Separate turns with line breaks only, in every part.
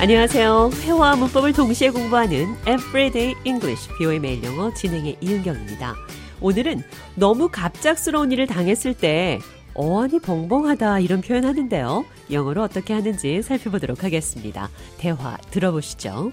안녕하세요. 회화와 문법을 동시에 공부하는 Everyday English 비오의 매일 영어 진행의 이은경입니다. 오늘은 너무 갑작스러운 일을 당했을 때 어안이 벙벙하다 이런 표현하는데요. 영어로 어떻게 하는지 살펴보도록 하겠습니다. 대화 들어보시죠.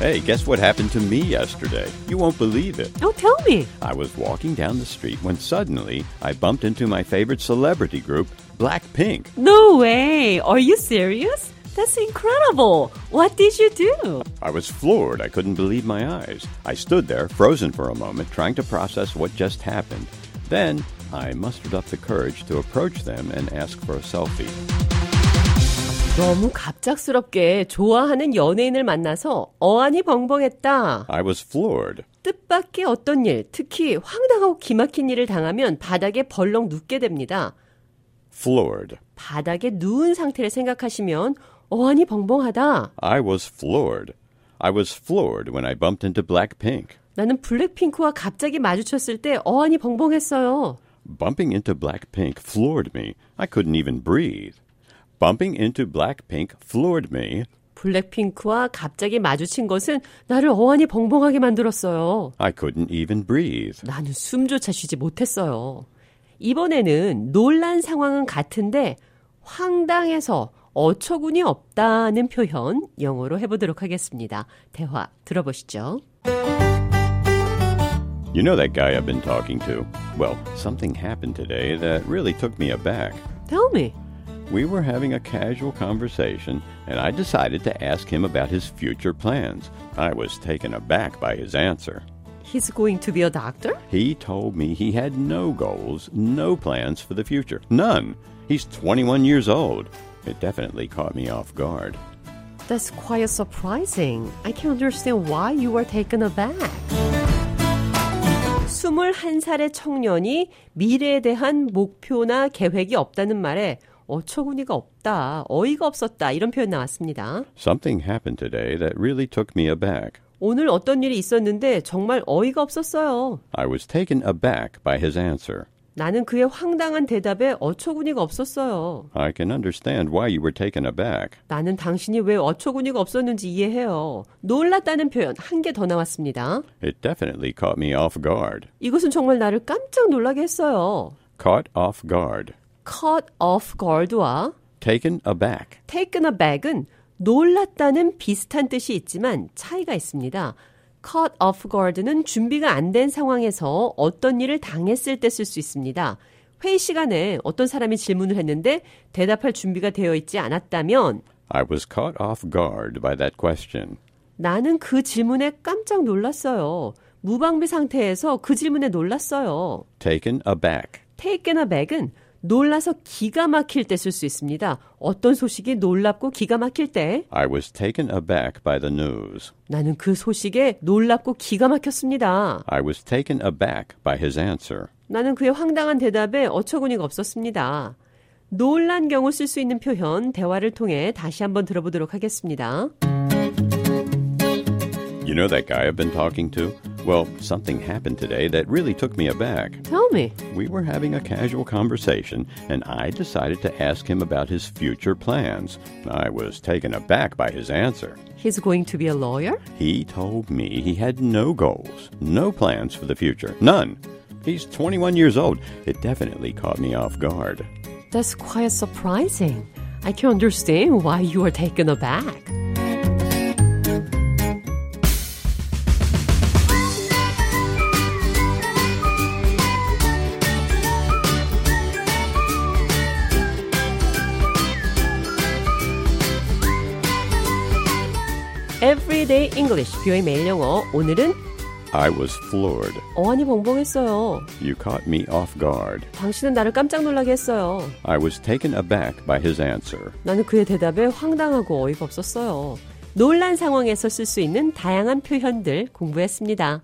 Hey, guess what happened to me yesterday? You won't believe it.
Oh, tell me.
I was walking down the street when suddenly I bumped into my favorite celebrity group, Blackpink.
No way. Are you serious? That's incredible. What did you do?
I was floored. I couldn't believe my eyes. I stood there, frozen for a moment, trying to process what just happened. Then I mustered up the courage to approach them and ask for a selfie.
너무 갑작스럽게 좋아하는 연예인을 만나서 어안이 벙벙했다.
I was floored.
뜻밖의 어떤 일, 특히 황당하고 기막힌 일을 당하면 바닥에 벌렁 눕게 됩니다.
Floored.
바닥에 누운 상태를 생각하시면 어안이 벙벙하다.
I was floored. I was floored when I bumped into Blackpink.
나는 블랙핑크와 갑자기 마주쳤을 때 어안이 벙벙했어요.
Bumping into Blackpink floored me. I couldn't even breathe. Bumping into Blackpink floored me.
블랙핑크와 갑자기 마주친 것은 나를 어안이 벙벙하게 만들었어요.
I couldn't even breathe.
나는 숨조차 쉬지 못했어요. 이번에는 놀란 상황은 같은데 황당해서 어처구니 없다는 표현 영어로 해보도록 하겠습니다. 대화 들어보시죠.
You know that guy I've been talking to? Well, something happened today that really took me aback.
Tell me.
We were having a casual conversation, and I decided to ask him about his future plans. I was taken aback by his answer.
He's going to be a doctor?
He told me he had no goals, no plans for the future. None. He's 21 years old. It definitely caught me off guard.
That's quite surprising. I can understand why you were taken aback. 21살의 청년이 미래에 대한 목표나 계획이 없다는 말에 어처구니가 없다, 어이가 없었다 이런 표현 나왔습니다.
Something happened today that really took me aback.
오늘 어떤 일이 있었는데 정말 어이가 없었어요.
I was taken aback by his answer.
나는 그의 황당한 대답에 어처구니가 없었어요.
I can understand why you were taken aback.
나는 당신이 왜 어처구니가 없었는지 이해해요. 놀랐다는 표현 한 개 더 나왔습니다.
It definitely caught me off guard.
이것은 정말 나를 깜짝 놀라게 했어요.
Caught off guard.
cut off guard와
Taken aback.
taken aback은 놀랐다는 비슷한 뜻이 있지만 차이가 있습니다. cut off guard는 준비가 안 된 상황에서 어떤 일을 당했을 때 쓸 수 있습니다. 회의 시간에 어떤 사람이 질문을 했는데 대답할 준비가 되어 있지 않았다면
I was caught off guard by that question.
나는 그 질문에 깜짝 놀랐어요. 무방비 상태에서 그 질문에 놀랐어요.
Taken aback.
take a back은 놀라서 기가 막힐 때 쓸 수 있습니다. 어떤 소식이 놀랍고 기가 막힐 때
I was taken aback by the news.
나는 그 소식에 놀랍고 기가 막혔습니다.
I was taken aback by his answer.
나는 그의 황당한 대답에 어처구니가 없었습니다. 놀란 경우 쓸 수 있는 표현 대화를 통해 다시 한번 들어보도록 하겠습니다.
You know that guy I've been talking to? Well, something happened today that really took me aback.
Tell me.
We were having a casual conversation, and I decided to ask him about his future plans. I was taken aback by his answer.
He's going to be a lawyer?
He told me he had no goals, no plans for the future, none. He's 21 years old. It definitely caught me off guard.
That's quite surprising. I can understand why you are taken aback. Everyday English, 뷰의 매일 영어. 오늘은
I was floored.
어안이 벙벙했어요.
You caught me off guard.
당신은 나를 깜짝 놀라게 했어요.
I was taken aback by his answer.
나는 그의 대답에 황당하고 어이가 없었어요. 놀란 상황에서 쓸 수 있는 다양한 표현들 공부했습니다.